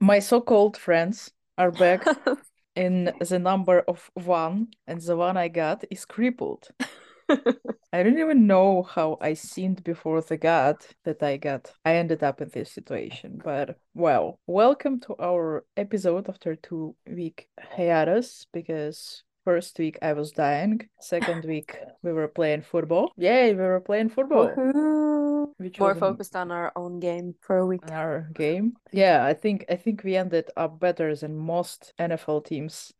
My so-called friends are back in the number of one, and the one I got is crippled. I don't even know how I sinned before the God that I got. I ended up in this situation, but well, welcome to our episode after two week hiatus because first week I was dying, second week we were playing football. Yay, we were playing football. Woohoo. Which More was an- focused on our own game for a week. in our game. Yeah, I think I think we ended up better than most NFL teams.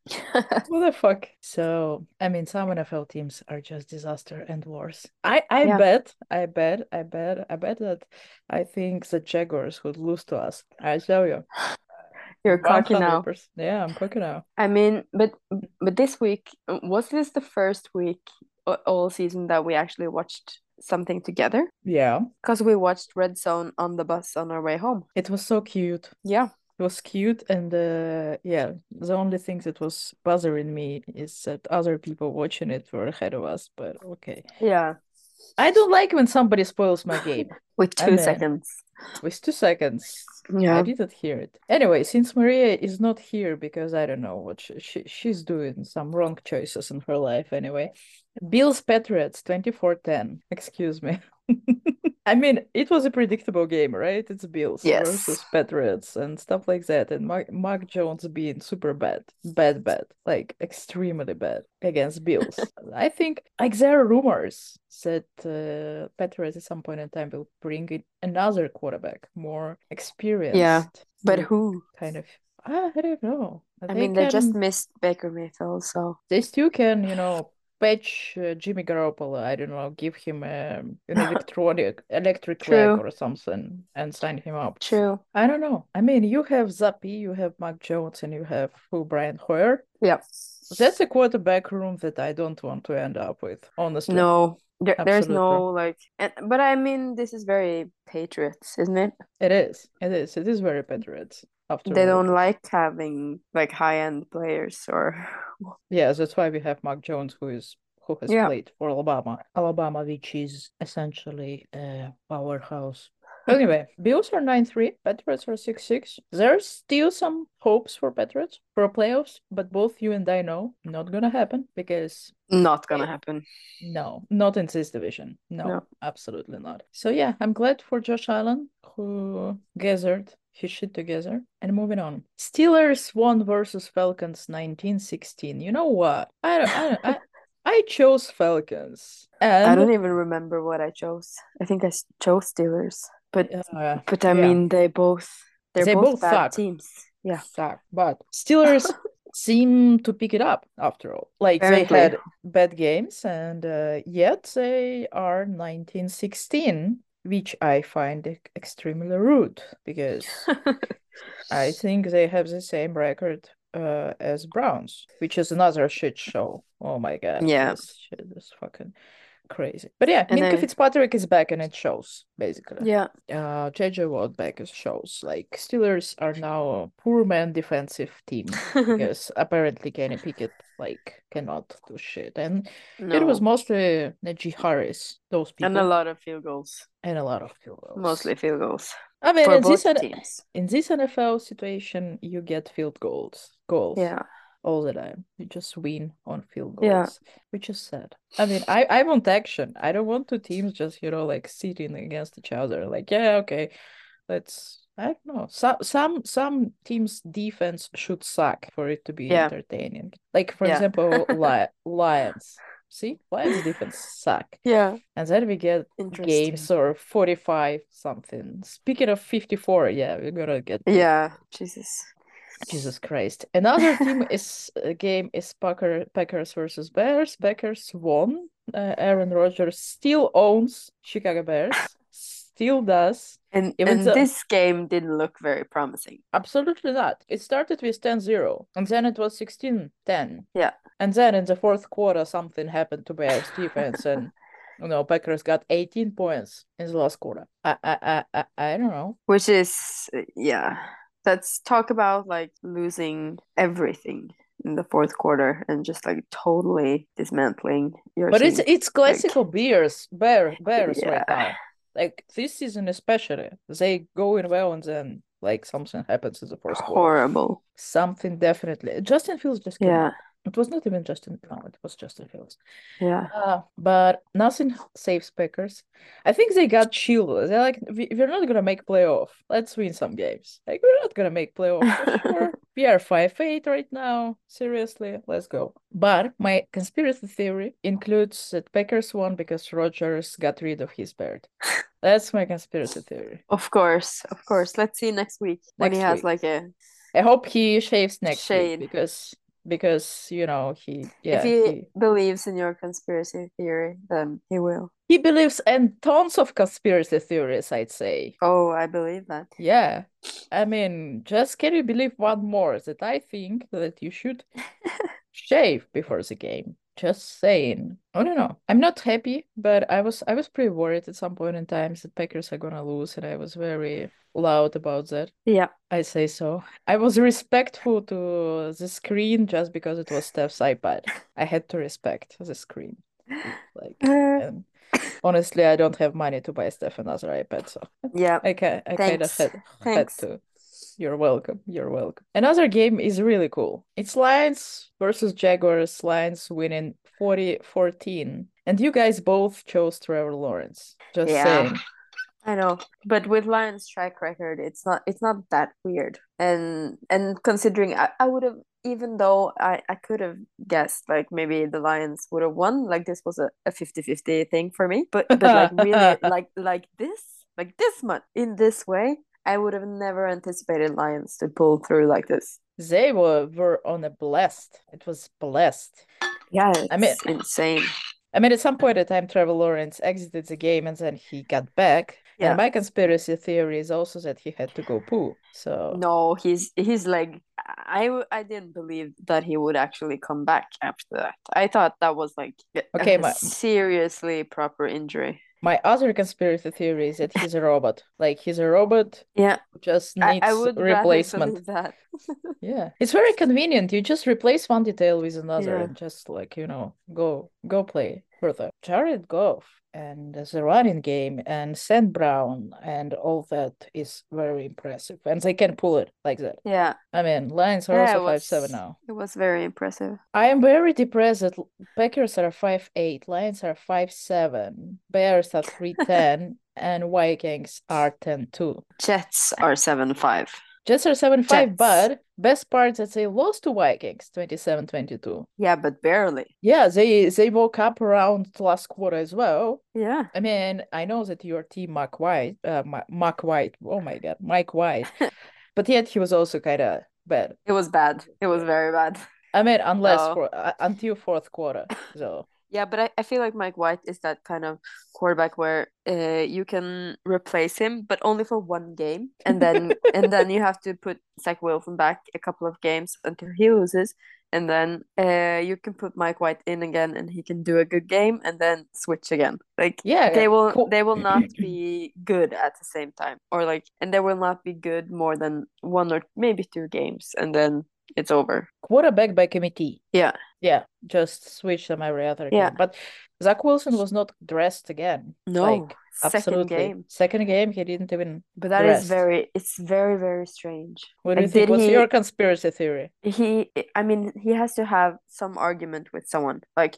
what the fuck? So I mean, some NFL teams are just disaster and worse. I I Yeah. bet, I bet, I bet, I bet that I think the Jaguars would lose to us. I tell you, You're cocky now. 100%. Yeah, I'm cocky now. I mean, but but this week uh, was this the first week a- all season that we actually watched something together? Yeah, Because we watched Red Zone on the bus on our way home. it was so cute. Yeah. It was cute, and uh, yeah, the only thing that was bothering me is that other people watching it were ahead of us. But okay. Yeah. I don't like when somebody spoils my game. With I two mean- seconds. With two seconds. I Yeah. didn't hear it. Anyway, since Maria is not here because I don't know what she, she she's doing some wrong choices in her life anyway. Bills Patriots 24-10. Excuse me. I mean, it was a predictable game, right? It's Bills Yes. versus Patriots and stuff like that. And Mark, Mark Jones being super bad, bad, bad, like extremely bad against Bills. I think like there are rumors that uh, Patriots at some point in time will bring in another quarterback, more experienced. But to who? kind of? ah, I don't know. I mean, they just can- missed Baker Mayfield, so they still can, you know, patch uh, Jimmy Garoppolo. I don't know, give him um an electronic electric leg True. or something, and sign him up. true. I don't know. I mean, you have Zappi, you have Mark Jones, and you have who Brian Hoyer. Yeah. That's a quarterback room that I don't want to end up with, honestly. No, there, there's Absolutely. no like, and, but I mean, this is very Patriots, isn't it? It is. It is. It is very Patriots. After They all. don't like having like high end players or Yeah, that's why we have Mark Jones, who is who has Yeah. played for Alabama, Alabama, which is essentially a powerhouse. Anyway, Bills are nine three, Patriots are six six. There's still some hopes for Patriots for playoffs, but both you and I know not gonna happen because not gonna happen. no, not in this division. No, No. absolutely not. So yeah, I'm glad for Josh Allen who gathered his shit together and moving on. Steelers won versus Falcons 19-16. You know what? I don't, I don't, I, I chose Falcons I and don't even remember what I chose. I think I s- chose Steelers, but uh, but I yeah. mean, they both they're They both both, bad suck. teams. Yeah, suck, but Steelers seem to pick it up after all. Like Apparently. they had bad games, and uh, yet they are 1916, which I find e- extremely rude because I think they have the same record uh, as Browns, which is another shit show. Oh my god, Yeah. this shit is fucking crazy. But yeah, And Minka I- Fitzpatrick is back, and it shows basically yeah, uh JJ Watt back as shows like Steelers are now a poor man defensive team Mm-hmm. because apparently Kenny Pickett like cannot do shit and it was No. mostly Najee Harris those people and a lot of field goals, and a lot of field goals mostly field goals I mean for in this, both N- teams. in this NFL situation you get field goals goals Yeah, all the time you just win on field goals Yeah. which is sad I mean I I want action I don't want two teams just you know like sitting against each other like yeah okay let's I don't know. Some some some teams' defense should suck for it to be Yeah. entertaining. Like for Yeah. example, Li- Lions. See, Lions defense suck, yeah, and then we get interesting. games or forty five something. Speaking of fifty four, yeah, we're gonna get Yeah, Jesus. Jesus Christ. Another team is uh, game is Packer, Packers versus Bears. Packers won. Uh, Aaron Rodgers still owns Chicago Bears. Still does. And Even and though- this game didn't look very promising. Absolutely not. It started with 10 0, and then it was 16 10. Yeah. And then in the fourth quarter, something happened to Bears defense, and you know, Packers got 18 points in the last quarter. I, I, I, I, I don't know. Which is uh, yeah. Let's talk about like losing everything in the fourth quarter and just like totally dismantling your But it's team. it's classical bears, bear bears right Yeah. now. Like this season especially, they go in well and then Like something happens in the fourth quarter. Horrible. Something definitely. Justin Fields just came Yeah. out. It was not even Justin. No, it was Justin Fields. Yeah. Uh, but nothing saves Packers. I think they got chill. They're like, we, we're not gonna make playoff. Let's win some games. Like we're not gonna make playoff for sure. we are five eight right now. Seriously, let's go. But my conspiracy theory includes that Packers won because Rogers got rid of his bird. That's my conspiracy theory. Of course. Of course. Let's see next week when he Next has week. like a I hope he shaves next Shade. week because because you know he yeah if he, he, believes in your conspiracy theory, then he will. he believes in tons of conspiracy theories. I'd say. Oh, I believe that. Yeah. I mean, just can you believe one more that I think that you should shave before the game? Just saying. I don't know. I'm not happy, but I was I was pretty worried at some point in time that Packers are gonna lose, and I was very loud about that. Yeah. I say so. I was respectful to the screen just because it was Steph's iPad. I had to respect the screen. Like, Uh, and honestly, I don't have money to buy Steph another iPad, so yeah. I can I kind of Thanks. had had Thanks. to. uh, You're welcome. You're welcome. Another game is really cool. It's Lions versus Jaguars. Lions winning 40-14. And you guys both chose Trevor Lawrence. Just Yeah. saying. I know, but with Lions' track record, it's not it's not that weird. And and considering I, I would have even though I, I could have guessed like maybe the Lions would have won, like this was a, a 50-50 thing for me. But but like really like like this, like this much in this way, I would have never anticipated Lions to pull through like this. They were, were on a blast. It was blessed. Yeah, I mean- it's insane. I mean, at some point in time, Trevor Lawrence exited the game and then he got back. Yeah. And my conspiracy theory is also that he had to go poo. So No, he's he's like I w- I didn't believe that he would actually come back after that. I thought that was like a- a Okay, but- seriously proper injury. My other conspiracy theory is that he's a robot. Like he's a robot Yeah, who just I, needs I would rather replacement. believe that. Yeah. It's very convenient. You just replace one detail with another Yeah. and just like, you know, go go play further. Jared Goff and the running game and Sam Brown and all that is very impressive. And they can pull it like that. Yeah, I mean, Lions are Yeah, also it five seven was- now. it was very impressive. I am very depressed that L- Packers are five eight, Lions are five seven, Bears are three ten, and Vikings are ten two. Jets are seven five. Jets are seven Jets. five, but best part that they lost to Vikings 27-22. Yeah, but barely. Yeah, they they woke up around last quarter as well. Yeah. I mean, I know that your team, Mark White, uh, Ma- Mark White, oh my God, Mike White, but yet he was also kind of bad. It was bad. It was very bad. I mean, unless Oh. for uh, until fourth quarter, so. Yeah, but I, I feel like Mike White is that kind of quarterback where uh, you can replace him, but only for one game, and then and then you have to put Zach Wilson back a couple of games until he loses, and then uh, you can put Mike White in again, and he can do a good game, and then switch again. Like Yeah, they will cool. they will not be good at the same time, or like and they will not be good more than one or maybe two games, and then it's over. quarterback by committee. Yeah. Yeah, just switch them every other Yeah. game. But Zach Wilson was not dressed again. No, Like, second absolutely. game. Second game, he didn't even. But that is rest. very, it's very, very strange. What do you Like, think did was he- your conspiracy theory? He, I mean, he has to have some argument with someone, like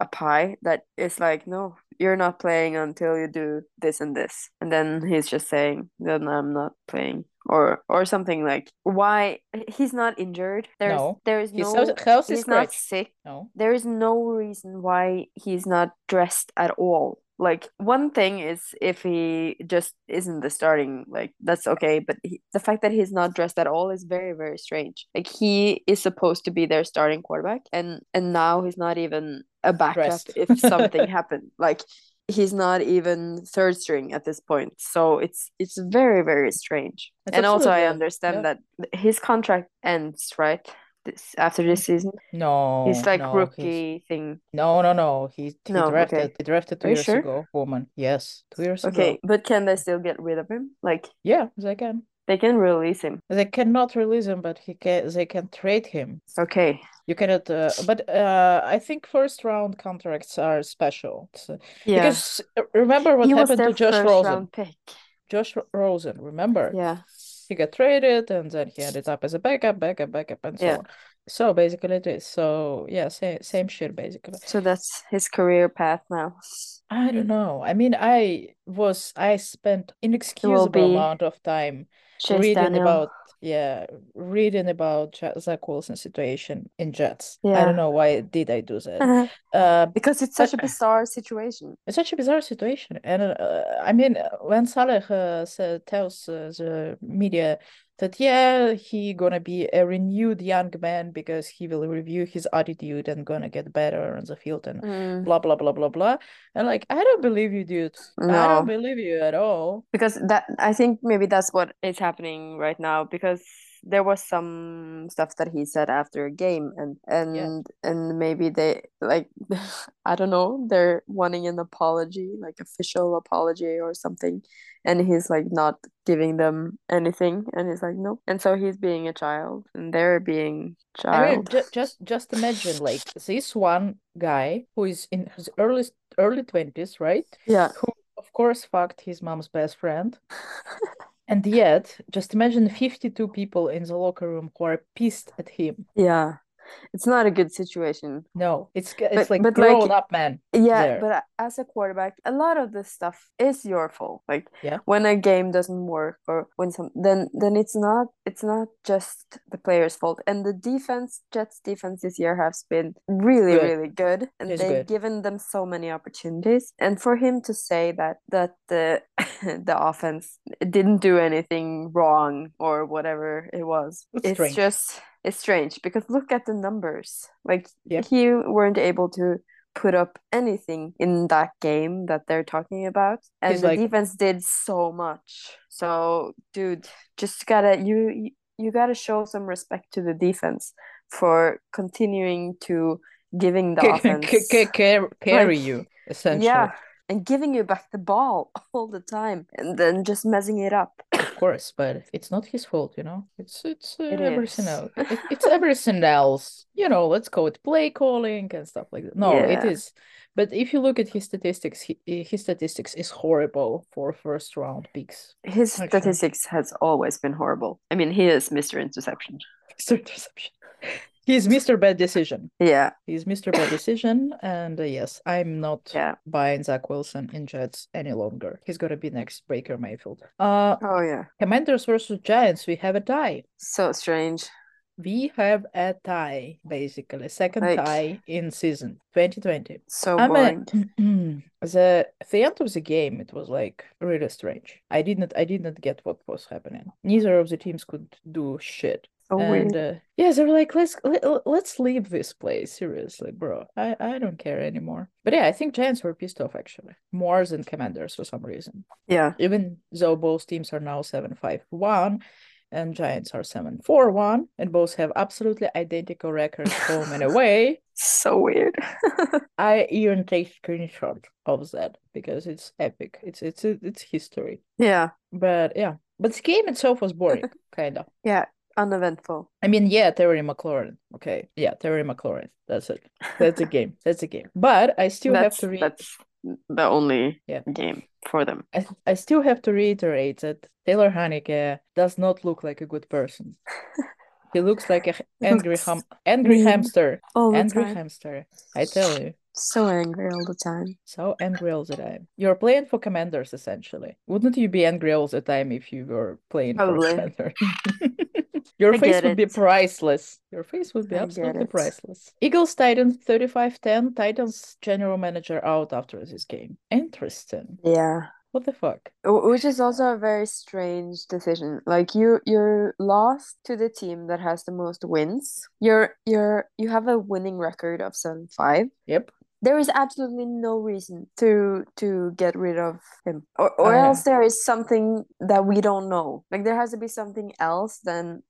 a pie that is like, no, you're not playing until you do this and this. And then he's just saying, then I'm not playing. Or, or something like why he's not injured. There's No. there is His no health- health is he's not scratch. sick No. there is no reason why he's not dressed at all. Like one thing is if he just isn't the starting, like that's okay. But he, the fact that he's not dressed at all is very, very strange. Like he is supposed to be their starting quarterback, and and now he's not even a backup Dressed. if something happened. Like he's not even third string at this point. So it's it's very, very strange. It's and also, I absolutely- understand yeah. that his contract ends right this after this season. No. He's like no, he's- rookie thing. No, no, no. He, he No, okay. drafted he drafted two Are you years sure? ago, woman. Yes, two years Okay, ago. but can they still get rid of him? Like Yeah, they can. they can release him. They cannot release him, but he can. They can trade him. Okay. You cannot, uh, but uh, I think first round contracts are special. So- Yeah. Because uh, remember what he was happened their to Josh first Rosen. round pick. Josh Ro- Rosen, remember? Yeah. he got traded and then he ended up as a backup, backup, backup, and so Yeah. on. So basically it is. So yeah, same same shit basically. So that's his career path now. I don't know. I mean I was I spent inexcusable be amount of time Chase reading Daniel. about yeah, reading about Ja- Zach Wilson situation in Jets. I Yeah. don't know why did I do that. Uh, because it's such a bizarre situation. It's such a bizarre situation. And uh, I mean, uh, when Saleh uh, sa- tells uh, the media that, yeah, he gonna be a renewed young man because he will review his attitude and gonna get better on the field and Mm. blah, blah, blah, blah, blah. And like, I don't believe you, dude. I No. don't believe you at all. because that I think maybe that's what is happening right now because there was some stuff that he said after a game and and and maybe they like I don't know they're wanting an apology like official apology or something and he's like not giving them anything and he's like nope and so he's being a child and they're being I mean, child ju- just just imagine like this one guy who is in his early early 20s, right? yeah Who, of course, fucked his mom's best friend. And yet, just imagine 52 people in the locker room who are pissed at him. yeah it's not a good situation No, it's g- But- it's like but, like, grown up man. Yeah, there. but a- as a quarterback, a lot of this stuff is your fault. Like Yeah. when a game doesn't work or when some then then it's not it's not just the player's fault. And the defense, Jets defense this year has been really, Good. really good. And It's good. they've given them so many opportunities. And for him to say that that the the offense didn't do anything wrong or whatever it was, It's it's strange. just it's strange because look at the numbers. Like Yeah. he weren't able to put up anything in that game that they're talking about and He's the like- defense did so much so dude just gotta you you- you gotta show some respect to the defense for continuing to giving the Ca- ca- offense ca- ca- carry Like, you essentially. yeah and giving you back the ball all the time and then just messing it up Of course, but it's not his fault, you know. It's it's uh, It everything is. else. It, it's everything else. You know, let's call it play calling and stuff like that. No, it Yeah. is. But if you look at his statistics, he, eh, his statistics is horrible for first round picks. his Actually. statistics has always been horrible i mean he is mr interception Mr. Interception. He's Mr. Bad Decision. yeah He's Mr. Bad Decision. And uh, yes, I'm not Yeah. buying Zach Wilson in Jets any longer. He's going to be next Baker Mayfield. Uh, oh yeah Commanders versus Giants, we have a tie. so strange We have a tie, basically. Second Like- tie in season 2020. so I boring mean, the at the end of the game, it was like really strange. I didn't, I didn't get what was happening. Neither of the teams could do shit. so weird and uh, yeah they were like let's let, us let us leave this place seriously bro i i don't care anymore but yeah i think giants were pissed off actually more than commanders for some reason Yeah, even though both teams are now 7-5-1 and giants are 7-4-1 and both have absolutely identical records home and away so weird. i even take screenshot of that because it's epic it's it's it's history yeah, but yeah but the game itself was boring kind of uneventful. I mean, yeah, Terry McLaurin. Okay. Yeah, Terry McLaurin. That's it. That's a game. That's a game. But I still have that's, to read that's the only Yeah. game for them. I, I still have to reiterate that Taylor Haneke does not look like a good person. he looks like a h- angry looks ham angry mean. hamster. All the Angry time. hamster. I tell you. Oh, So angry all the time. So angry all the time. You're playing for commanders essentially. Wouldn't you be angry all the time if you were playing Probably. for commanders? Your I face get would be it. priceless. Your face would be I get absolutely it. priceless. Eagles Titans 35-10. Titans general manager out after this game. Interesting. Yeah. What the fuck? Wh- Which is also a very strange decision. Like you, you're lost to the team that has the most wins. You're, you're, you have a winning record of seven five. Yep. there is absolutely no reason to to get rid of him or, or I know. else there is something that we don't know like there has to be something else than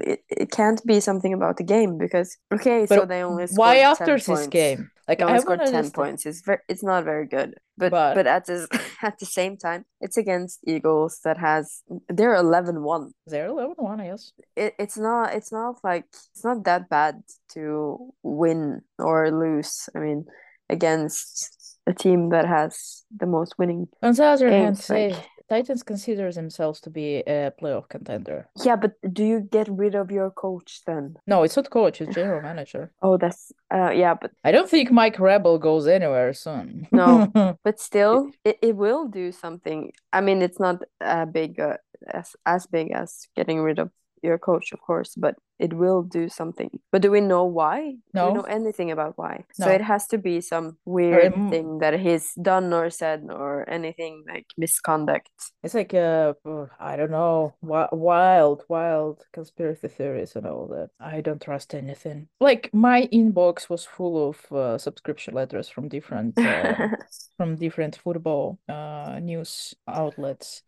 it, it can't be something about the game because okay so But they only scored Why 10 after this points. game? Like they only I scored 10 wanna understand. points it's very it's not very good but But- but, at this at the same time it's against eagles that has they're 11-1 They're 11-1, yes. it, it's not it's not like it's not that bad to win or lose i mean against a team that has the most winning On the other hand, games they, like- Titans consider themselves to be a playoff contender. Yeah, but do you get rid of your coach then? No, it's not coach, it's general manager. Oh, that's uh, yeah, but I don't think Mike Rebel goes anywhere soon. No. but still, it, it will do something. I mean, it's not a big uh, as as big as getting rid of your coach, of course, but it will do something. But do we know why? Do No. we know anything about why? So No. it has to be some weird m- thing that he's done or said or anything like misconduct. it's like uh uh, I don't know, wi- wild, wild conspiracy theories and all that. I don't trust anything. Like my inbox was full of uh, subscription letters from different uh, from different football uh news outlets.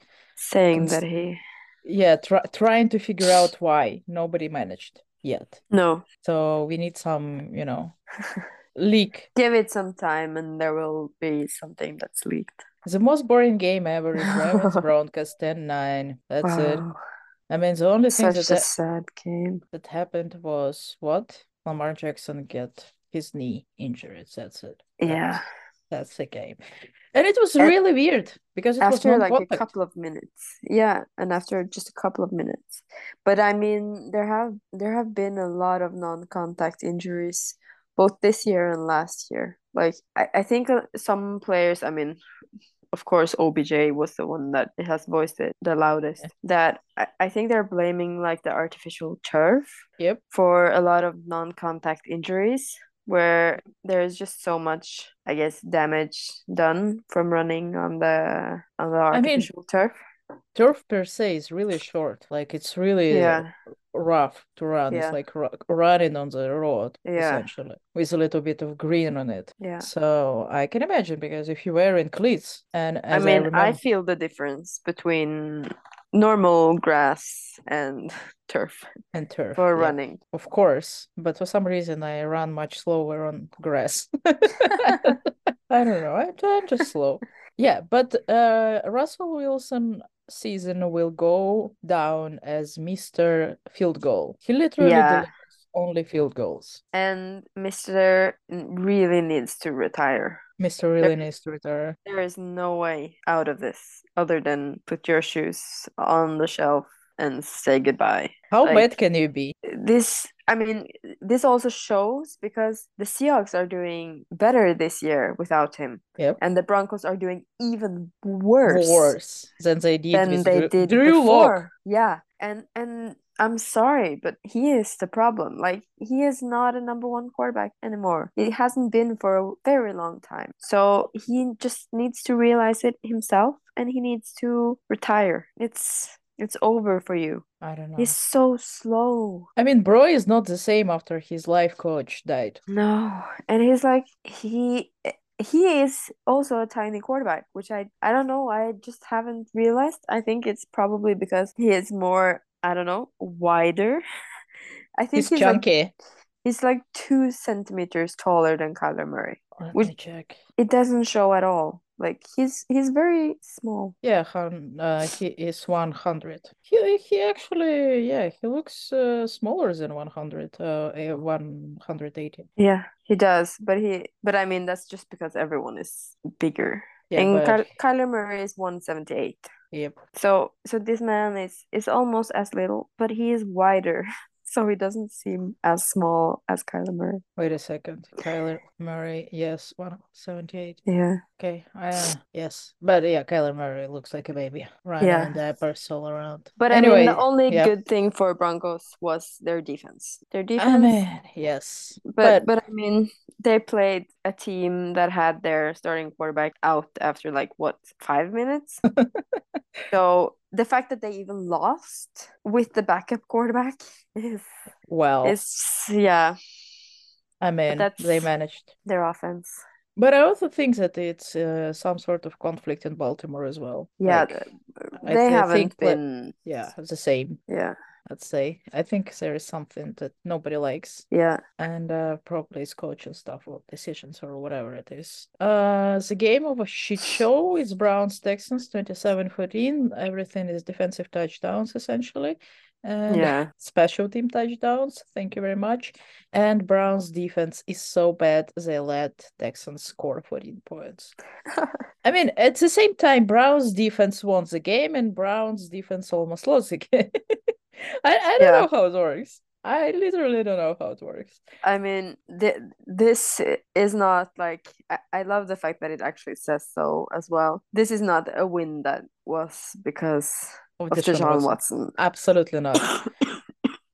Saying Cons- that he Yeah, try trying to figure out why nobody managed yet. no, So we need some, you know, leak. give it some time and there will be something that's leaked. The most boring game ever is Ravens Broncos 10-9. That's it. Wow. I mean, the only thing Such that I- a sad game. that happened was what? Lamar Jackson get his knee injured. That's it. Yeah. That's the game. And it was And- really weird because it was after like a non-contact. couple of minutes yeah and after just a couple of minutes but i mean there have there have been a lot of non-contact injuries both this year and last year like i, I think uh, some players i mean of course obj was the one that has voiced it the loudest that I, I think they're blaming like the artificial turf Yep. for a lot of non-contact injuries where there's just so much i guess damage done from running on the on the mean- artificial turf Turf per se is really short. Like it's really yeah rough to run. It's Yeah. like ru- running on the road, Yeah. essentially, with a little bit of green on it. yeah So I can imagine because if you're wearing cleats and i as I, mean remember, I, feel the difference between normal grass and turf and turf for yeah, running of course, but for some reason I run much slower on grass. I don't know. I'm, I'm just slow. Yeah, but uh, Russell Wilson season will go down as Mr. Field Goal. He literally Yeah. delivers only field goals. and mr really needs to retire Mr. really needs to retire. there is no way out of this other than put your shoes on the shelf and say goodbye How Like- bad can you be? this I mean this also shows because the Seahawks are doing better this year without him. Yep. And the Broncos are doing even worse, Worse than they did than with they Drew, did Drew Lock. before. Yeah. And and I'm sorry, but he is the problem. Like he is not a number one quarterback anymore. It hasn't been for a very long time. So he just needs to realize it himself and he needs to retire. It's it's over for you. I don't know. He's so slow. I mean, Bro is not the same after his life coach died. No, and he's like he he is also a tiny quarterback, which I I don't know. I just haven't realized. I think it's probably because he is more I don't know wider. I think He's he's like chunky. he's like two centimeters taller than Kyler Murray. Let Which- me check. It doesn't show at all. Like he's he's very small. Yeah, hun, uh, he is 100. He he actually, yeah, he looks uh, smaller than 100, uh, uh, 180. Yeah, he does, but he but I mean that's just because everyone is bigger. Yeah, and but Ky- Kyler Murray is one seventy eight. yep. So so this man is is almost as little, but he is wider, so he doesn't seem as small as Kyler Murray. Wait a second. Kyler Murray, yes, 178. Yeah. Okay, uh, yes, but yeah, Kyler Murray looks like a baby, running Yeah. in diapers all around. But I anyway, mean, the only yeah. good thing for Broncos was their defense. Their defense, I mean, yes, but, but but I mean, they played a team that had their starting quarterback out after like what five minutes. so the fact that they even lost with the backup quarterback is well, is yeah I mean, they that's- managed. their offense. But I also think that it's uh, some sort of conflict in Baltimore as well. Yeah, Like, th- I they thi- haven't think pla- been. yeah, the same. Yeah. let's say. I think there is something that nobody likes. Yeah. and uh, probably his coaching stuff or decisions or whatever it is. Uh, the game of a shit show is Browns Texans 27 14. Everything is defensive touchdowns essentially. And Yeah. special team touchdowns. Thank you very much. And Browns defense is so bad they let Texans score 14 points. I mean, at the same time, Browns defense won the game and Browns defense almost lost the game. I, I don't Yeah. know how it works. I literally don't know how it works. I mean, th- this is not like I-, I love the fact that it actually says so as well. This is not a win that was because Of of Deshaun Deshaun Watson. Watson. Absolutely not.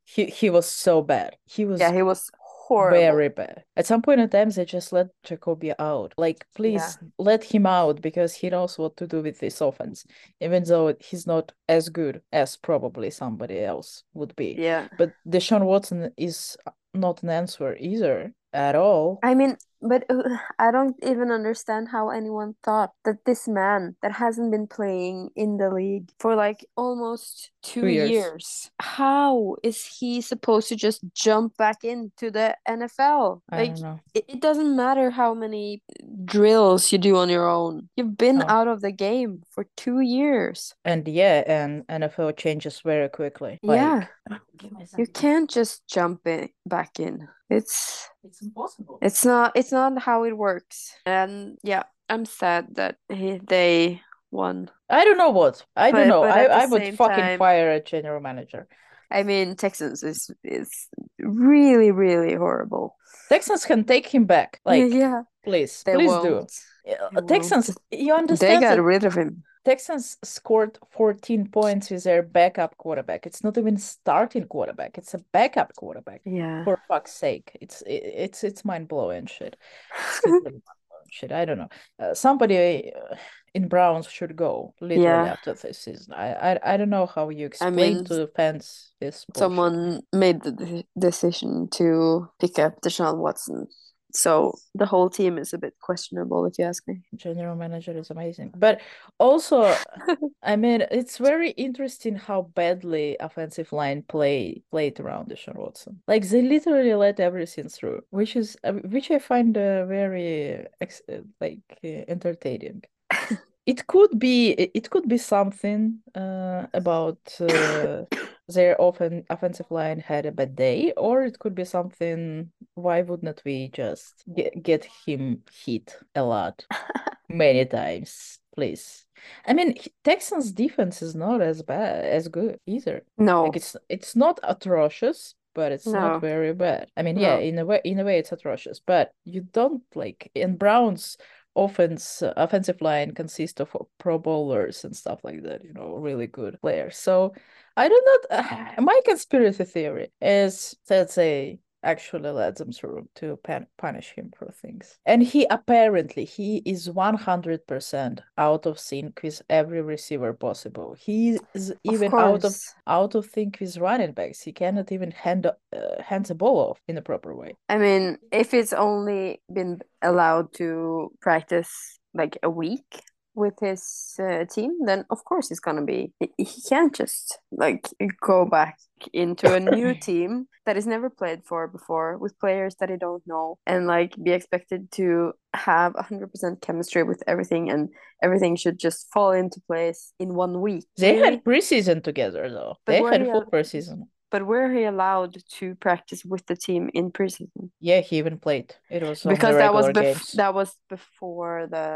he he was so bad. He was yeah, he was horrible. very bad. At some point in time, they just let Jacoby out. Like, please let him out because he knows what to do with this offense, even though he's not as good as probably somebody else would be. Yeah. But Deshaun Watson is not an answer either at all. I mean, but uh, I don't even understand how anyone thought that this man that hasn't been playing in the league for like almost two, Two years. years. how is he supposed to just jump back into the NFL? I Like, don't know. it, it doesn't matter how many drills you do on your own. You've been No. out of the game for two years. And yeah, and NFL changes very quickly. Yeah. Like, give me You something. can't just jump in back in. It's It's impossible. It's not it's not how it works. And yeah, I'm sad that he, they won. I don't know what. I don't But- know. but I, at the I would same fucking time- fire a general manager. I mean, Texans is is really really horrible. Texans can take him back. Like, yeah, please, they please won't. do. Uh, They won't. Texans, you They understand got that rid of him. Texans scored 14 points with their backup quarterback. It's not even starting quarterback. It's a backup quarterback. Yeah. For fuck's sake, it's it, it's it's mind blowing shit. It's literally mind-blowing shit. I don't know. Uh, somebody uh, in Browns should go literally Yeah. after this season. I, I I don't know how you explain mean, to the fans this. bullshit. Someone made the de- decision to pick up Deshaun Watson. So the whole team is a bit questionable if you ask me. general manager is amazing but also i mean it's very interesting how badly offensive line play played around Deshaun Watson like they literally let everything through which is uh, which i find uh, very ex- uh, like uh, entertaining it could be it it could be something uh, about uh, their often offensive line had a bad day or it could be something why wouldn't we just get, get him hit a lot many times please i mean he- texans defense is not as bad as good either No. like it's it's not atrocious but it's No. not very bad i mean yeah No. in a way in a way it's atrocious but you don't like in brown's offense uh, offensive line consists of uh, pro bowlers and stuff like that you know really good players so i do not my conspiracy theory is that they actually let them through to pan- punish him for things and he apparently he is 100% out of sync with every receiver possible he is even out of course. out of sync with running backs he cannot even hand uh, hand the ball off in a proper way I mean, if it's only been allowed to practice like a week with his uh, team, then of course it's gonna be. He he can't just like go back into a new team that he's never played for before with players that he don't know and like be expected to have 100% chemistry with everything and everything should just fall into place in one week. They Really? had preseason together though. But they were had you- full preseason. But were he allowed to practice with the team in preseason? Yeah, he even played. It was on because the that was regular bef- games. that was before the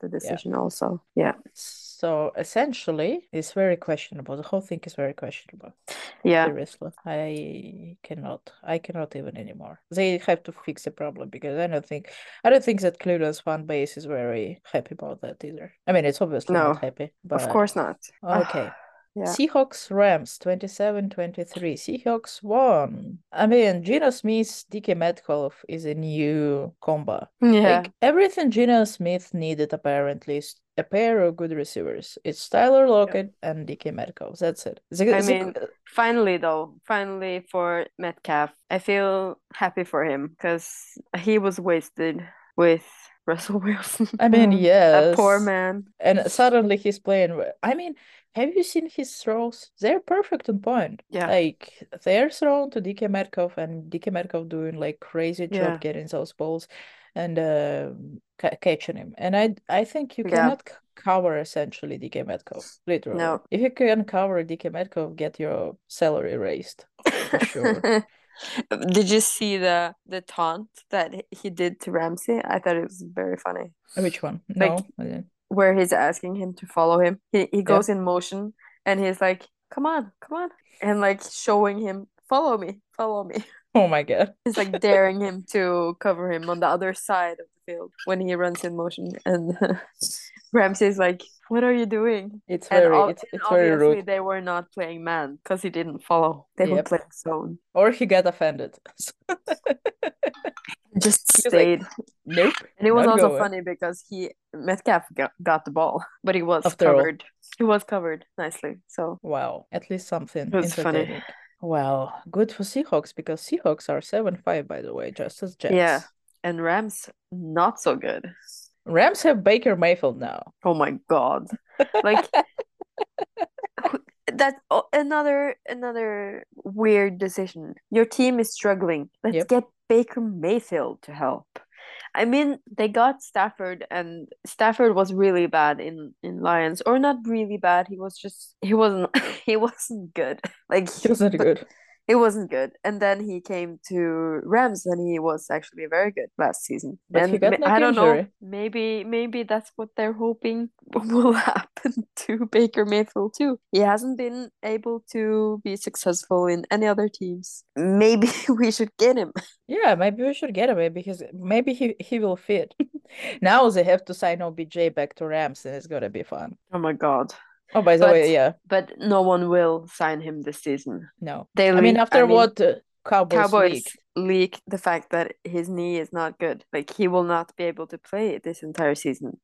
the decision also yeah So essentially, it's very questionable. The whole thing is very questionable. yeah Seriously, I cannot. I cannot even anymore. They have to fix the problem because I don't think. I don't think that Cleveland's fan base is very happy about that either. I mean, it's obviously No, not happy, but of course not Okay. Yeah. Ah, Seahawks Rams 27 23. Seahawks won. I mean, Geno Smith, DK Metcalf is a new combo. yeah Like everything Geno Smith needed apparently is a pair of good receivers. It's Tyler Lockett and DK Metcalf. That's it. The- I the- mean- finally though finally for metcalf i feel happy for him because he was wasted with russell wilson I mean, that mm-hmm. poor yes. man And suddenly he's playing. w- I mean, Have you seen his throws? They're perfect on point. Yeah. Like they're thrown to DK Merkov and DK Merkov doing like crazy job Yeah. getting those balls and uh, ca- catching him. And I I think you Yeah. cannot c- cover essentially DK Metcalf, literally. No. If you can cover DK Metcalf, get your salary raised. For sure. Did you see the the taunt that he did to Ramsey? I thought it was very funny. Which one? No. Like- I didn't. Where he's asking him to follow him. He he goes in motion and he's like, "Come on, come on," and like showing him, "Follow me, follow me." Oh my god. He's like daring him to cover him on the other side of the field when he runs in motion, and Ramsey's like, "What are you doing?" It's And very ob- it's, and it's very obviously rude. they were not playing man because he didn't follow. They were Yep. playing zone. Or he got offended. Just He was like, stayed. nope. And it was Not also going. funny because he Metcalf got, got the ball, but he was After all. covered. He was covered nicely. So Wow, at least something That's funny. entertaining. Wow, good for Seahawks because Seahawks are 7-5 by the way, just as Jets. Yeah. and Rams not so good. Rams have Baker Mayfield now. Oh my god! Like who- that's o- another another weird decision. Your team is struggling. Let's Yep. get Baker Mayfield to help. I mean, they got Stafford, and Stafford was really bad in in Lions, or not really bad. He was just he wasn't he wasn't good. Like He wasn't good. it wasn't good. And then he came to Rams, and he was actually very good last season. But and he got ma- neck I don't know. injury. Maybe maybe that's what they're hoping will happen to Baker Mayfield too. He hasn't been able to be successful in any other teams. Maybe we should get him. Yeah, maybe we should get away because maybe he, he will fit. Now they have to sign OBJ back to Rams and it's gonna be fun. Oh my god. Oh, by the way, But- yeah, But no one will sign him this season. no. They I mean, after what uh, Cowboys Cowboys leak, leak the fact that his knee is not good. Like he will not be able to play this entire season.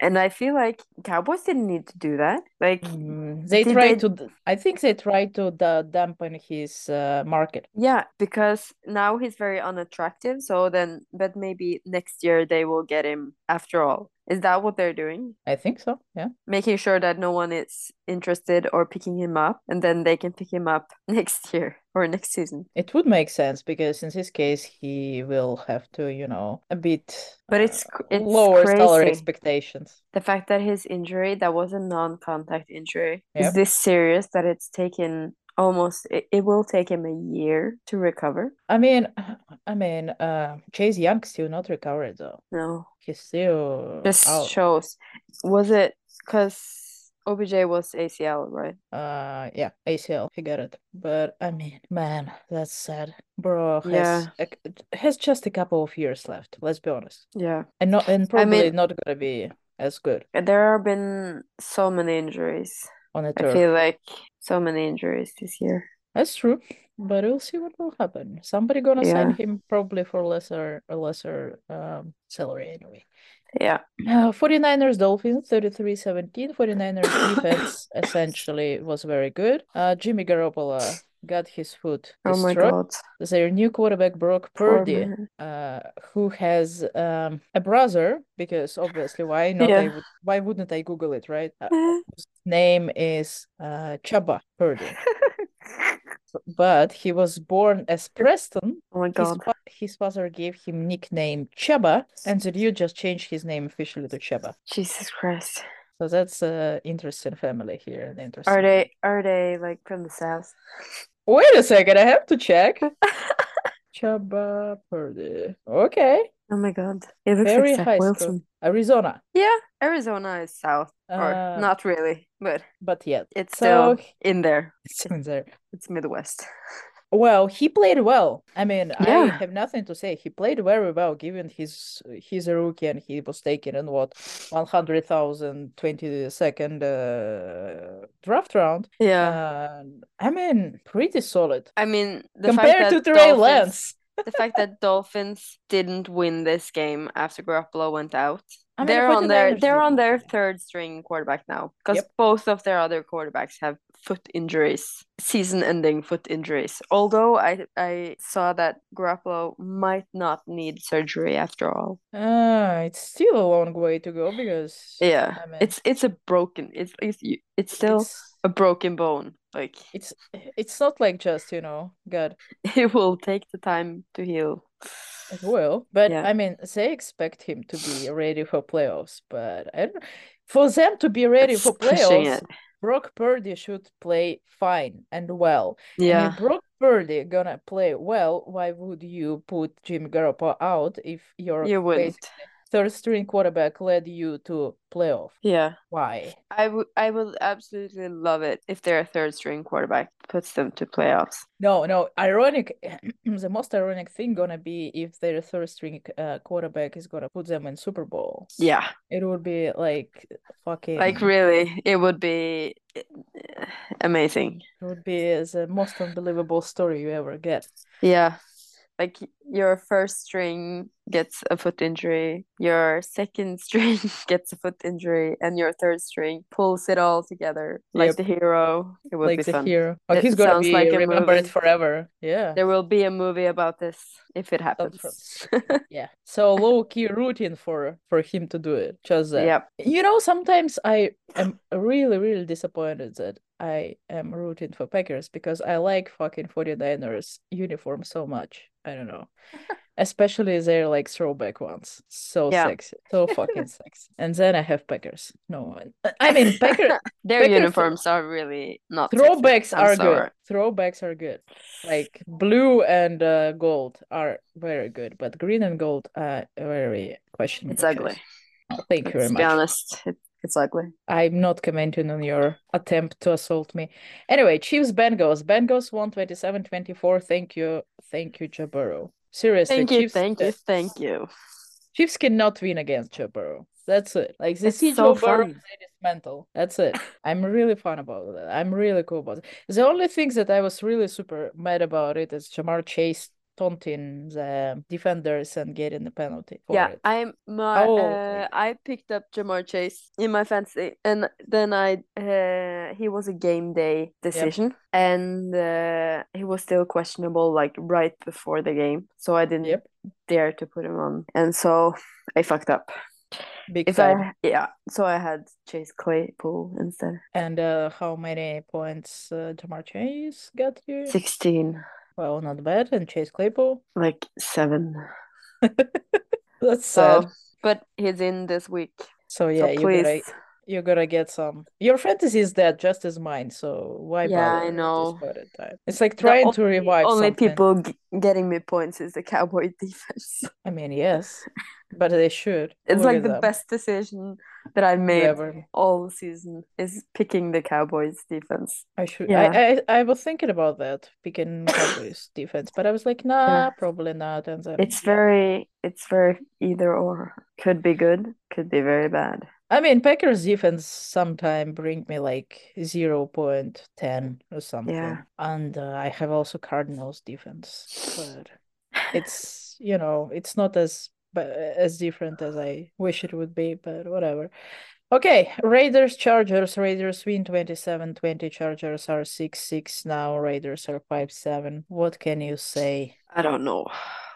And I feel like Cowboys didn't need to do that. Like mm, they Did tried they- to, d- I think they tried to da- dampen his uh, market. yeah, because now he's very unattractive. So then but maybe next year they will get him after all. Is that what they're doing? I think so, yeah. Making sure that no one is interested or picking him up and then they can pick him up next year or next season. It would make sense because in this case he will have to, you know, a bit But uh, it's cr- it's lower salary crazy. expectations. the fact that his injury that was a non-contact injury Yep. is this serious that it's taken almost it, it will take him a year to recover I mean, I mean, uh, Chase Young still not recovered though. no He's still this out. shows was it because obj was acl right Uh, yeah, ACL, he got it. But I mean, man, that's sad. Bro has Yeah. a c- has just a couple of years left. Let's be honest, yeah and not and probably mean- not gonna be as good there have been so many injuries on the i turf. feel like so many injuries this year That's true, but we'll see what will happen. Somebody gonna sign him probably for lesser a lesser um salary anyway. yeah Uh, 49ers Dolphins 33-17. 49ers defense essentially was very good. Uh, Jimmy Garoppolo got his foot oh my destroyed. god Their new quarterback Brock Poor Purdy, man. uh, who has um a brother because obviously why not? I Yeah. would, why wouldn't I Google it, right? Uh, Oh his name is uh Chaba Purdy, but he was born as Preston. oh my His, god fa- his father gave him nickname Cheba, and the dude just changed his name officially to Cheba. jesus christ So that's an interesting family here. An interesting. are they are they like from the south Wait a second, I have to check. Chaba Purdy. Okay, Oh my god. It looks Very like Zach high school. Wilson. Arizona. Yeah, Arizona is south. Or Uh, not really, but but yet it's so still in there. it's in there. It's Midwest. Well, he played well. I mean, I Yeah. have nothing to say. He played very well, given his he's a rookie and he was taken in what 100,000 22nd uh, draft round. Yeah. Uh, I mean, pretty solid I mean, the compared fact to that Trey Dolphins, Lance. the fact that Dolphins didn't win this game after Garoppolo went out. I mean, they're on their 49ers they're on didn't their win. third string quarterback now because Yep. both of their other quarterbacks have foot injuries, season-ending foot injuries. Although I I saw that Garoppolo might not need surgery after all. Uh, it's still a long way to go because Yeah, I mean, it's it's a broken. It's it's you- it's still it's a broken bone. Like It's it's not like just, you know, God, it will take the time to heal. it will. But Yeah. I mean, they expect him to be ready for playoffs, but I don't for them to be ready It's for pushing playoffs, it. Brock Purdy should play fine and well. And Yeah. if Brock Purdy gonna play well, why would you put Jimmy Garoppolo out if your You basic wouldn't. third string quarterback led you to playoff? Yeah. Why? I would I would absolutely love it if their third string quarterback puts them to playoffs. No, no. Ironic. the most ironic thing gonna be if their third string uh, quarterback is gonna put them in Super Bowl. Yeah. It would be like fucking. Like really, it would be eh, amazing. it would be the most unbelievable story you ever get. Yeah. Like your first string gets a foot injury, your second string gets a foot injury, and your third string pulls it all together like Yep. the hero. It would Like be the fun. hero. Oh, It he's gonna sounds be like a remembered movie. forever. Yeah. There will be a movie about this if it Sounds happens. Yeah. So low key rooting for for him to do it. Just that. Yep. You know, sometimes I am really, really disappointed that I am rooting for Packers because I like fucking 49ers uniform so much. I don't know. Especially their like throwback ones. So Yeah. sexy. So fucking sexy. And then I have Packers. No, I- I mean Packer Their Baker throw- uniforms are really not sexy. throwbacks I'm are sorry. good. Throwbacks are good. Like blue and uh, gold are very good, but green and gold are very questionable. It's ugly. choice. Thank you very Let's much. be honest. It, it's ugly. I'm not commenting on your attempt to assault me. Anyway, Chiefs Bengals. Bengals won 27-24. Thank you. Thank you, Joe Burrow. Seriously, Thank you, Chiefs, uh, thank you, thank you. Chiefs cannot win against Joe Burrow. That's it. Like they It's see so Joe Burrow, fun. they dismantle. That's it. I'm really fun about that. I'm really cool about it. The only thing that I was really super mad about it is Jamar Chase taunting the defenders and getting the penalty for Yeah, it. I'm my Oh, uh, I picked up Jamar Chase in my fantasy, and then I uh, he was a game day decision, and uh, he was still questionable like right before the game, so I didn't Yep. dare to put him on, and so I fucked up. Big If time. I yeah, so I had Chase Claypool instead. And uh, how many points uh, Jamar Chase got you? Sixteen, Well, not bad. And Chase Claypool. like seven. That's So, sad. but he's in this week, So so yeah, you gotta please. you gotta get some. Your fantasy is dead just as mine. So why Yeah, I bother at this know. point in time? It's like The trying only- to revive only something. people g- getting me points is the Cowboy defense. I mean, yes, but they should. It's Look like at the them. best decision that I made Whatever. all season is picking the Cowboys defense. I should. Yeah. I, I I was thinking about that picking Cowboys defense, but I was like, nah, probably not. And then It's very, it's very either or. Could be good, could be very bad. I mean, Packers defense sometime bring me like 0.10 or something. And uh, I have also Cardinals defense, but it's, you know, it's not as ba- as different as I wish it would be, but whatever. Okay, Raiders, Chargers, Raiders win 27-20, Chargers are 6-6 now, Raiders are 5-7. What can you say? I don't know.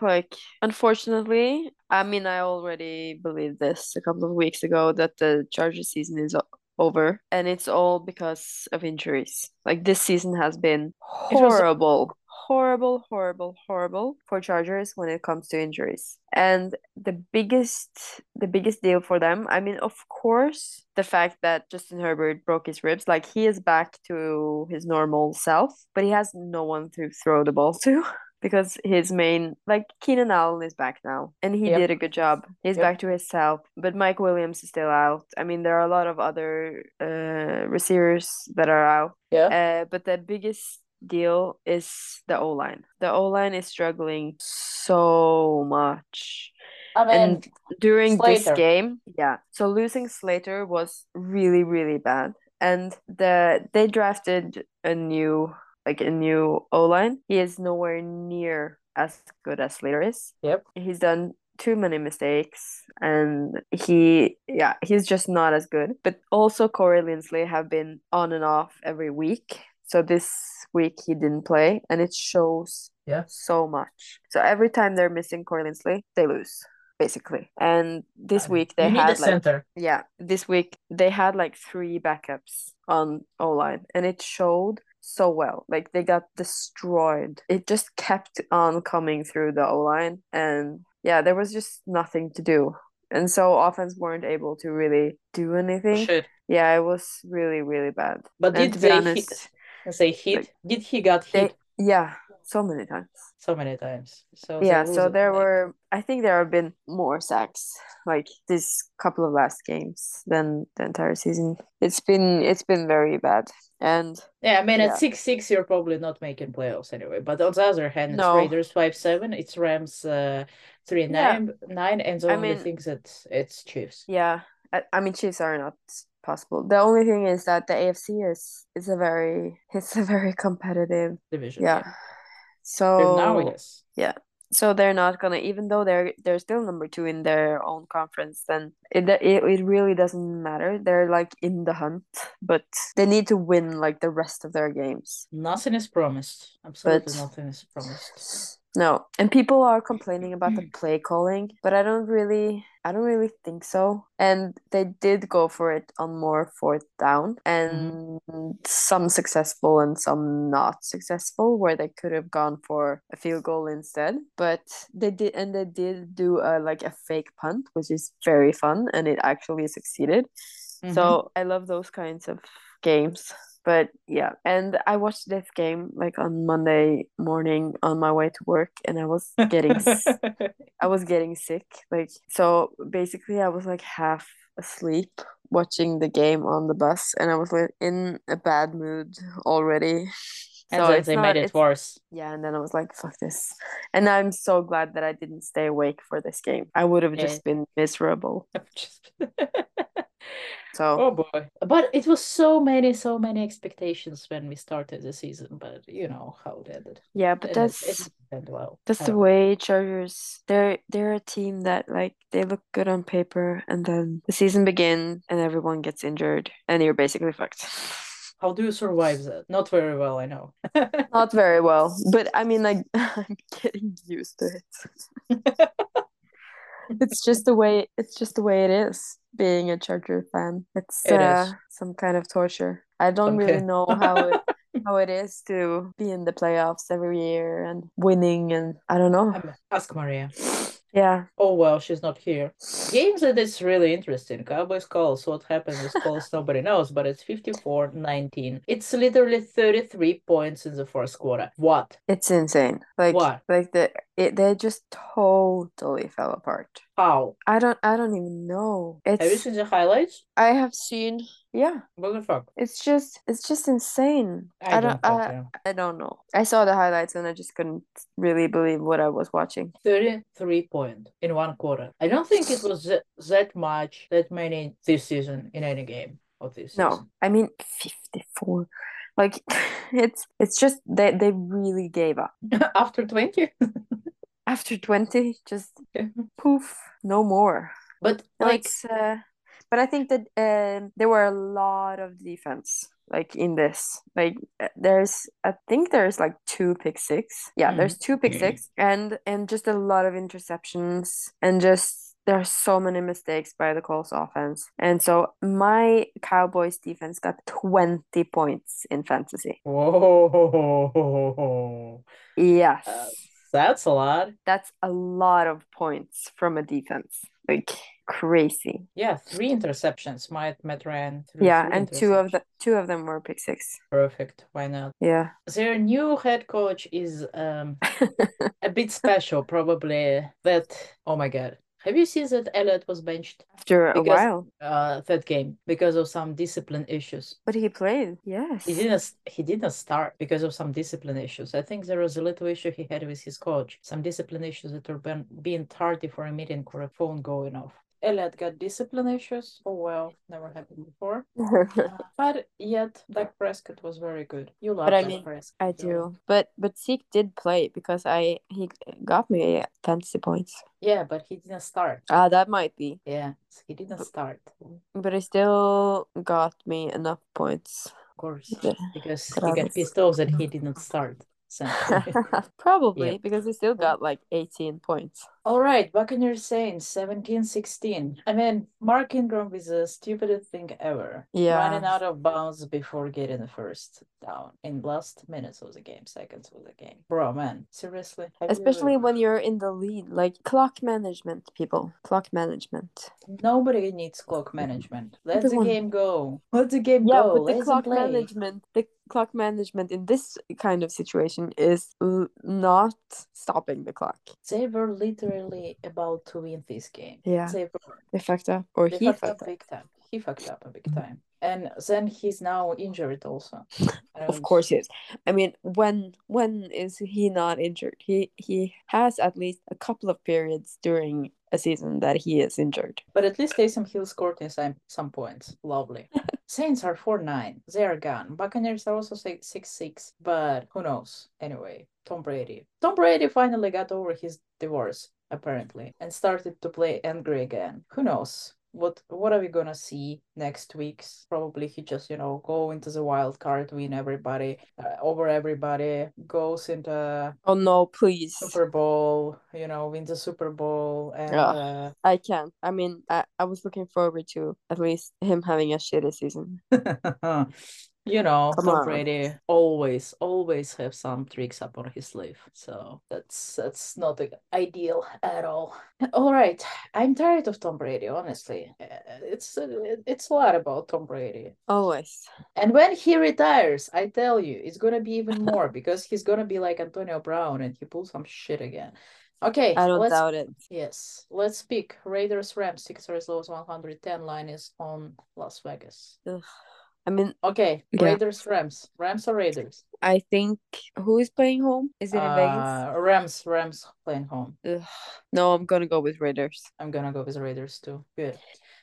Like, unfortunately, I mean, I already believed this a couple of weeks ago that the Chargers season is o- over, and it's all because of injuries. Like, this season has been It was- horrible, horrible, horrible, horrible for Chargers when it comes to injuries. And the biggest, the biggest deal for them, I mean, of course, the fact that Justin Herbert broke his ribs, like, he is back to his normal self, but he has no one to throw the ball to because his main like Keenan Allen is back now and he Yep. did a good job. He's Yep. back to his self, but Mike Williams is still out. I mean, there are a lot of other uh, receivers that are out. Yeah. Uh, but the biggest deal is the O line. The O line is struggling so much I mean, and during Slater. this game, yeah. So losing Slater was really, really bad. And the they drafted a new like a new O line. He is nowhere near as good as Slater is. Yep. He's done too many mistakes and he yeah, he's just not as good. But also Corey Linsley have been on and off every week. So this week he didn't play and it shows Yeah. so much. So every time they're missing Corey Linsley, they lose. basically. And this Uh, week they You need a had like center. yeah, this week they had like three backups on O line, and it showed so well. Like they got destroyed. It just kept on coming through the O line, and yeah, there was just nothing to do, and so offense weren't able to really do anything. Shit. Yeah, it was really really bad. But did And to be they hit? honest, Say hit. Did he got hit yeah, so many times. so many times? So they Yeah, lose so it, there like- were I think there have been more sacks like this couple of last games than the entire season. It's been it's been very bad. And Yeah, I mean Yeah. at six six you're probably not making playoffs anyway. But on the other hand, it's No. Raiders five seven, it's Rams uh three Yeah. nine nine, and the I only mean- thing that it's Chiefs. yeah, I, I mean Chiefs are not possible. The only thing is that the AFC is is a very it's a very competitive. division. Yeah. And So now it is. so they're not gonna even though they're they're still number two in their own conference then it it, it really doesn't matter they're like in the hunt but they need to win like the rest of their games Nothing is promised. Absolutely But- nothing is promised. no and people are complaining about the play calling but i don't really i don't really think so and they did go for it on more fourth down and some successful and some not successful where they could have gone for a field goal instead but they did and they did do a like a fake punt which is very fun and it actually succeeded so I love those kinds of games. But yeah, and I watched this game like on Monday morning on my way to work, and I was getting s- I was getting sick. Like so, basically, I was like half asleep watching the game on the bus, and I was like in a bad mood already. and so then it's they not- made it it's- worse. yeah, and then I was like, "Fuck this!" And I'm so glad that I didn't stay awake for this game. I would have Yeah. just been miserable. Just- So oh boy. But it was so many, so many expectations when we started the season, but you know how it ended. yeah, And but it- that's it ended well. That's the Uh, way Chargers. They're they're a team that like they look good on paper, and then the season begins, and everyone gets injured, and you're basically fucked. How do you survive that? Not very well, I know. Not very well, but I mean, like I'm getting used to it. it's just the way. It's just the way it is. Being a Charger fan, it's It uh, is. some kind of torture. I don't Okay. really know how it, how it is to be in the playoffs every year and winning, and I don't know. Um, Ask Maria. Yeah. Oh well, she's not here. Games that is really interesting. Cowboys Colts. What happened with Colts? Nobody knows, but it's 54-19. It's literally 33 points in the first quarter. What? It's insane. Like What? like the it, they just totally fell apart. How? I don't I don't even know. Have you It's seen the highlights? I have seen yeah. What the fuck? It's just it's just insane. I, I don't don't uh, fucking I, know. I don't know. I saw the highlights and I just couldn't really believe what I was watching. 33 point in one quarter. I don't think it was that, that much, that many this season in any game of this No, season. I mean 54. Like it's it's just they they really gave up. After 20? After 20 just Yeah. poof, no more. But No, like it's, uh, but I think that um, there were a lot of defense like in this. Like uh, there's, I think there's like two pick six. Yeah, Mhm. there's two pick six, and and just a lot of interceptions, and just there are so many mistakes by the Colts offense. And so my Cowboys defense got twenty points in fantasy. whoa. Yes, Uh, That's a lot. that's a lot of points from a defense. Like crazy. Yeah, three interceptions. Might Matt ran through Yeah, three and two of the interceptions. two of them were pick six. Perfect. Why not? Yeah. Their new head coach is um a bit special, probably. That oh my god. Have you seen that Elliot was benched After a Because- while. uh that game because of some discipline issues? But he played. Yes. He didn't s- he didn't start because of some discipline issues. I think there was a little issue he had with his coach, some discipline issues that were ben- being tardy for a meeting or a phone going off. Elliot got discipline issues. Oh well, never happened before. Uh, but yet, Dak Prescott was very good. You love But I Dak mean, Prescott. I you- do. But but Zeke did play because I he got me fantasy points. Yeah, but he didn't start. Ah, that might be. Yeah, he didn't uh, start. Of But he still got me enough points. course, Yeah. because But he I got was- pissed off that he didn't start. So. Probably because he still got like eighteen points. All right, Buccaneers Saints, 17-16. I mean, Mark Ingram is the stupidest thing ever. Yeah. Running out of bounds before getting the first down. In last minutes was a game, seconds was a game. Bro, man, seriously. have you Especially ever- when you're in the lead, like clock management, people. Clock management. Nobody needs clock management. Let Everyone. the game go. Let the game yeah, go. but Let the them clock play. management, the clock management in this kind of situation is l- not stopping the clock. They were literally about to win this game. Yeah. They were. They fucked up, or They he fucked up fucked, up. big time. He fucked up a big time. And then he's now injured also. Of And- course he is. I mean, when when is he not injured? He he has at least a couple of periods during a season that he is injured. But at least Taysom Hill scored in some, some points. Lovely. Saints are 4 9. They are gone. Buccaneers are also 6 6. six, But who knows? Anyway, Tom Brady. Tom Brady finally got over his divorce, apparently, and started to play angry again. Who knows? What what are we gonna see next week's? Probably he just you know go into the wild card, win everybody, uh, over everybody, goes into Oh no, please. Super Bowl, you know, win the Super Bowl, and Yeah. uh, I can't. I mean, I, I was looking forward to at least him having a shitty season. You know, Come Tom on. Brady always, always have some tricks up on his sleeve. So that's that's not the ideal at all. All right, I'm tired of Tom Brady, honestly. Uh, It's uh, it's a lot about Tom Brady. Always. And when he retires, I tell you, it's gonna be even more because he's gonna be like Antonio Brown and he pulled some shit again. Okay, I don't let's doubt it. yes, let's pick Raiders Rams Sixers Lows 110 line is on Las Vegas. I mean, Okay, Yeah. Raiders, Rams, Rams or Raiders? I think who is playing home? Is it in Vegas? Uh, Rams, Rams playing home. Ugh. No, I'm gonna go with Raiders. I'm gonna go with Raiders too. Good.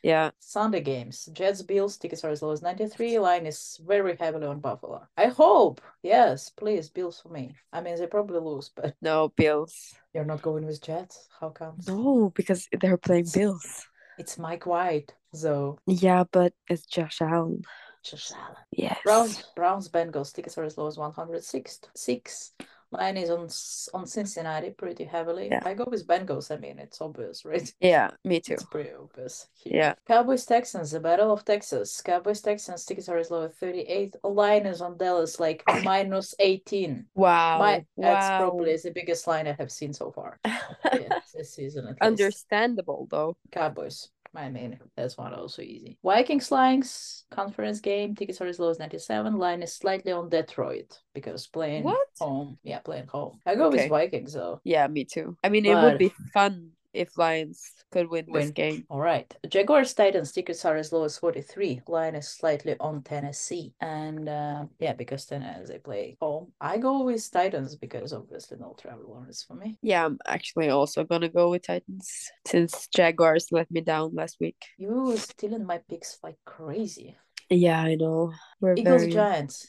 Yeah, Sunday games. Jets, Bills, tickets are as low as 93. Line is very heavily on Buffalo. I hope. Yes, please, Bills for me. I mean, they probably lose, but no Bills. you're not going with Jets? How come? No, because they're playing Bills. It's Mike White, so Yeah, but it's Josh Allen. Josh Allen. Yes. Browns, Browns, Bengals. Tickets are as low as 106. Six. Line is on s- on Cincinnati pretty heavily. Yeah. I go with Bengals. I mean, it's obvious, right? Yeah, me too. It's pretty obvious. here. Yeah. Cowboys Texans, the Battle of Texas. Cowboys Texans tickets are as low as 38. Line is on Dallas like minus 18. Wow. My that's wow. probably is the biggest line I have seen so far. Yeah, this season at least. Understandable though. Cowboys. I mean, that's one also easy. Vikings Lions conference game tickets are as low as 97. Line is slightly on Detroit because playing What? home. Yeah, playing home. I go Okay. with Vikings though. Yeah, me too. I mean, it would But- be fun if Lions could win this Win. game. All right. Jaguars Titans tickets are as low as 43. Line is slightly on Tennessee. And uh, yeah, because Tennessee they play home. I go with Titans because obviously no travel warrants for me. Yeah, I'm actually also gonna go with Titans since Jaguars let me down last week. You were stealing my picks like crazy. Yeah, I know. We're Eagles very Giants.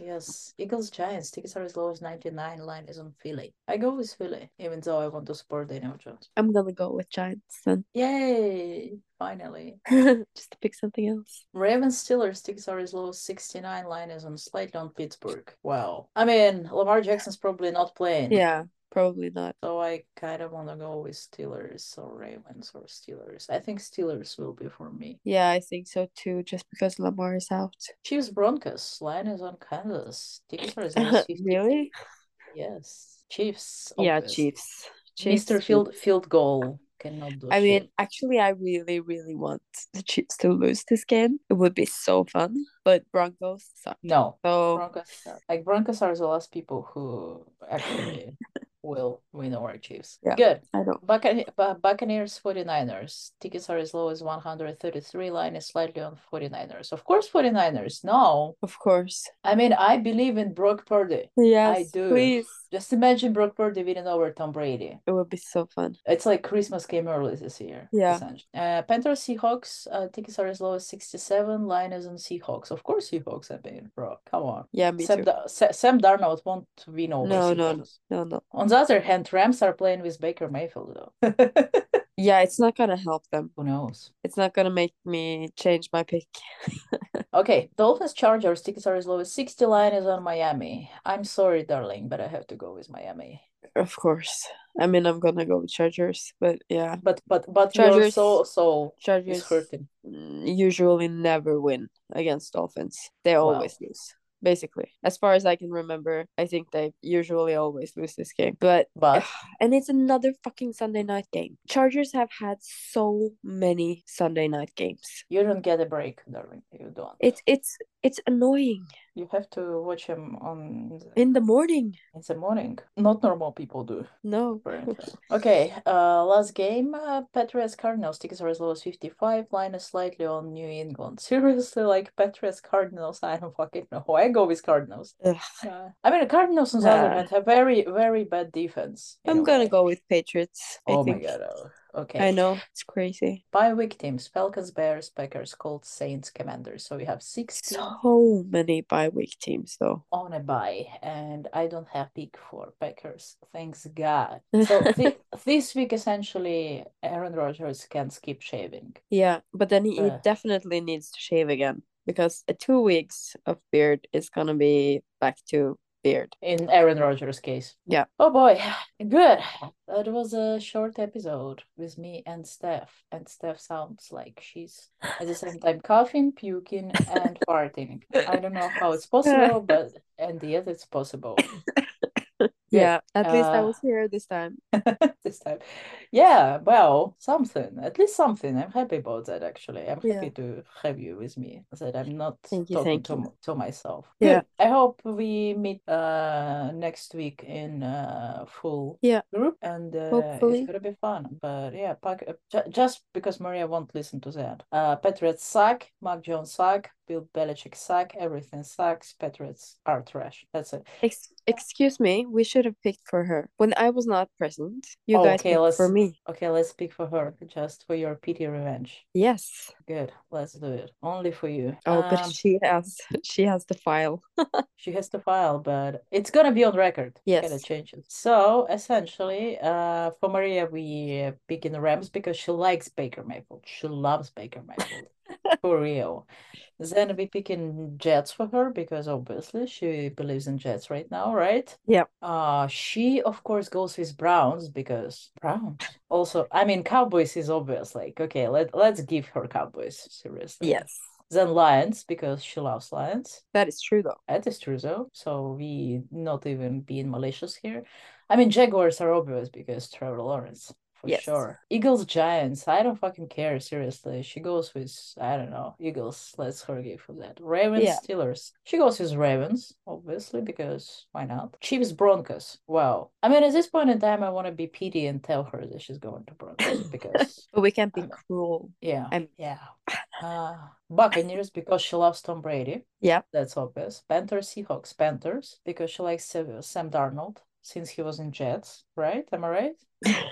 Yes, Eagles Giants tickets are as low as 99. Line is on Philly. I go with Philly, even though I want to support Daniel Jones. I'm gonna go with Giants then. Yay! Finally. Just to pick something else. Ravens Steelers tickets are as low as 69 line is on slightly on Pittsburgh. Wow. I mean, Lamar Jackson's probably not playing. Yeah, probably not. So I kind of want to go with Steelers or Ravens or Steelers. I think Steelers will be for me. Yeah, I think so too, just because Lamar is out. Chiefs Broncos line is on Kansas. Tickets are as low as 50. really? Yes. Chiefs. Yeah, obviously. Chiefs. Chiefs. Mr. Field field goal cannot do I shit. mean, actually, I really, really want the Chiefs to lose this game. It would be so fun. But Broncos suck. no. So Broncos like Broncos are the last people who actually will win over Chiefs. Yeah. Good. I don't. Bucca- Bu- Buccaneers 49ers. Tickets are as low as 133. Line is slightly on 49ers. Of course, 49ers. No. Of course. I mean, I believe in Brock Purdy. Yes. do. Please. Just imagine Brock Purdy winning over Tom Brady. It would be so fun. It's like Christmas came early this year. Yeah. essentially. Uh, Panthers Seahawks. Uh, tickets are as low as 67. Line is on Seahawks. Of course, Seahawks have been, bro. Come on. Yeah, me Sam, too. Da- Sa- Sam Darnold won't win over No, Seahawks. no, No, no. On the other hand, Rams are playing with Baker Mayfield, though. Yeah, it's not gonna help them. Who knows? It's not gonna make me change my pick. Okay, Dolphins Chargers tickets are as low as 60 line is on Miami. I'm sorry, darling, but I have to go with Miami. of course. I mean, I'm gonna go with Chargers, but yeah, But but but your Chargers- soul soul is Chargers hurting. mm, usually never win against Dolphins. They Wow. always lose. Basically, as far as I can remember, I think they usually always lose this game. But But and it's another fucking Sunday night game. Chargers have had so many Sunday night games. you don't get a break, darling. You don't. It's it's it's annoying You have to watch him on in the morning. in the morning. Not normal people do. No, apparently. okay, uh, last game. Uh, Patriots Cardinals tickets are as low as fifty five. Line is slightly on New England. Seriously, like Patriots Cardinals. I don't fucking know. I go with Cardinals. Ugh. Uh, I mean, Cardinals on the other Nah. hand have very very bad defense. in a I'm gonna way. go with Patriots. I Oh my think. god. Oh, okay. I know it's crazy. Bye week teams: Falcons, Bears, Packers, Colts, Saints, Commanders. So we have six teams So many bye week teams though. on a bye, and I don't have pick for Packers. Thanks God. So thi- this week essentially, Aaron Rodgers can skip shaving. Yeah, but then he, he Ugh. definitely needs to shave again because uh, two weeks of beard is gonna be back to beard. In Aaron Rodgers' case. Yeah. Oh boy, good. That was a short episode with me and Steph. And Steph sounds like she's at the same time coughing, puking, and farting. I don't know how it's possible, but and yet it's possible. Yeah, at least I Uh, was here this time. this time. Yeah, well, something. At least something. I'm happy about that actually. I'm Yeah. happy to have you with me. That I'm not Thank you, talking thank to, you. m- to myself. Yeah. Good. I hope we meet uh next week in uh full Yeah. group and uh, Hopefully. it's gonna be fun. But yeah, pack, uh, ju- just because Maria won't listen to that. Uh Patriots suck, Mark Jones suck, Bill Belichick suck, everything sucks, Patriots are trash. That's it. Ex- excuse me, we should have picked for her when I was not present. You Oh, guys okay, picked let's- for me. Okay, let's speak for her just for your pity revenge. Yes. Good. Let's do it. Only for you. Oh, Um, but she has she has the file. she has to file, but it's gonna be on record. Gotta Yes. change it. So essentially, uh, for Maria, we uh, pick in the Rams because she likes Baker Mayfield. She loves Baker Mayfield. for real. Then we pick in Jets for her because obviously she believes in Jets right now, right? Yep. Uh, she of course goes with Browns because Browns. Also, I mean Cowboys is obvious. Like, okay, let let's give her Cowboys seriously. Yes. Then lions because she loves lions. That is true though. That is true though. So we not even being malicious here. I mean Jaguars are obvious because Trevor Lawrence for Yes. sure. Eagles Giants. I don't fucking care seriously. She goes with I don't know Eagles. Let's her give for that. Ravens Yeah. Steelers. She goes with Ravens obviously because why not? Chiefs Broncos. Wow. I mean at this point in time I want to be petty and tell her that she's going to Broncos because But we can't be I'm- cruel. yeah I'm- yeah. Uh, Buccaneers because she loves Tom Brady. Yeah. That's obvious. Panthers, Seahawks, Panthers, because she likes Sa- Sam Darnold since he was in Jets, right? Am I right?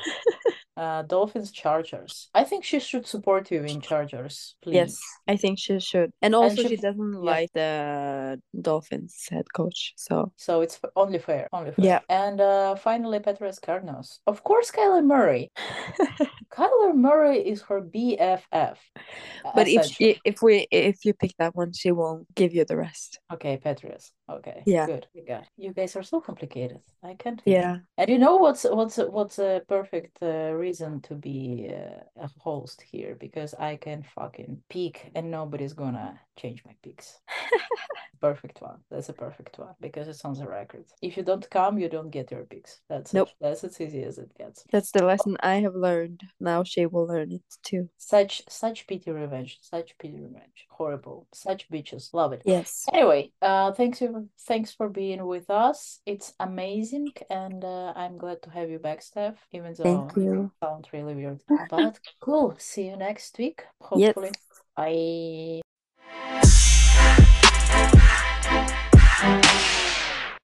Uh, Dolphins, Chargers. I think she should support you in Chargers, please. Yes, I think she should. And also, she- she, doesn't yeah. like the Dolphins head coach. So, So it's f- only fair, only fair. Yeah. And uh, finally, Petra's Cardinals. Of course, Kyler Murray. Kyler Murray is her BFF. but if essentially. she, if we if you pick that one, she won't give you the rest. Okay, Petrus. Okay. Yeah. Good. We got- You guys are so complicated. I can't. handle Yeah, And you know what's what's what's a perfect uh, reason to be uh, a host here because I can fucking peek and nobody's gonna change my peaks. perfect one. That's a perfect one because it's on the record. If you don't come, you don't get your peaks. That's Nope. it. That's as easy as it gets. that's the lesson I have learned. Now she will learn it too. Such such pity revenge. Such pity revenge. Horrible. Such bitches. Love it. Yes. Anyway, uh, thanks you, thanks for being with us. It's amazing, and uh, I'm glad to have you back, Steph. Even though Thank you. it sounds really weird, but cool. See you next week, Yes. hopefully. Bye.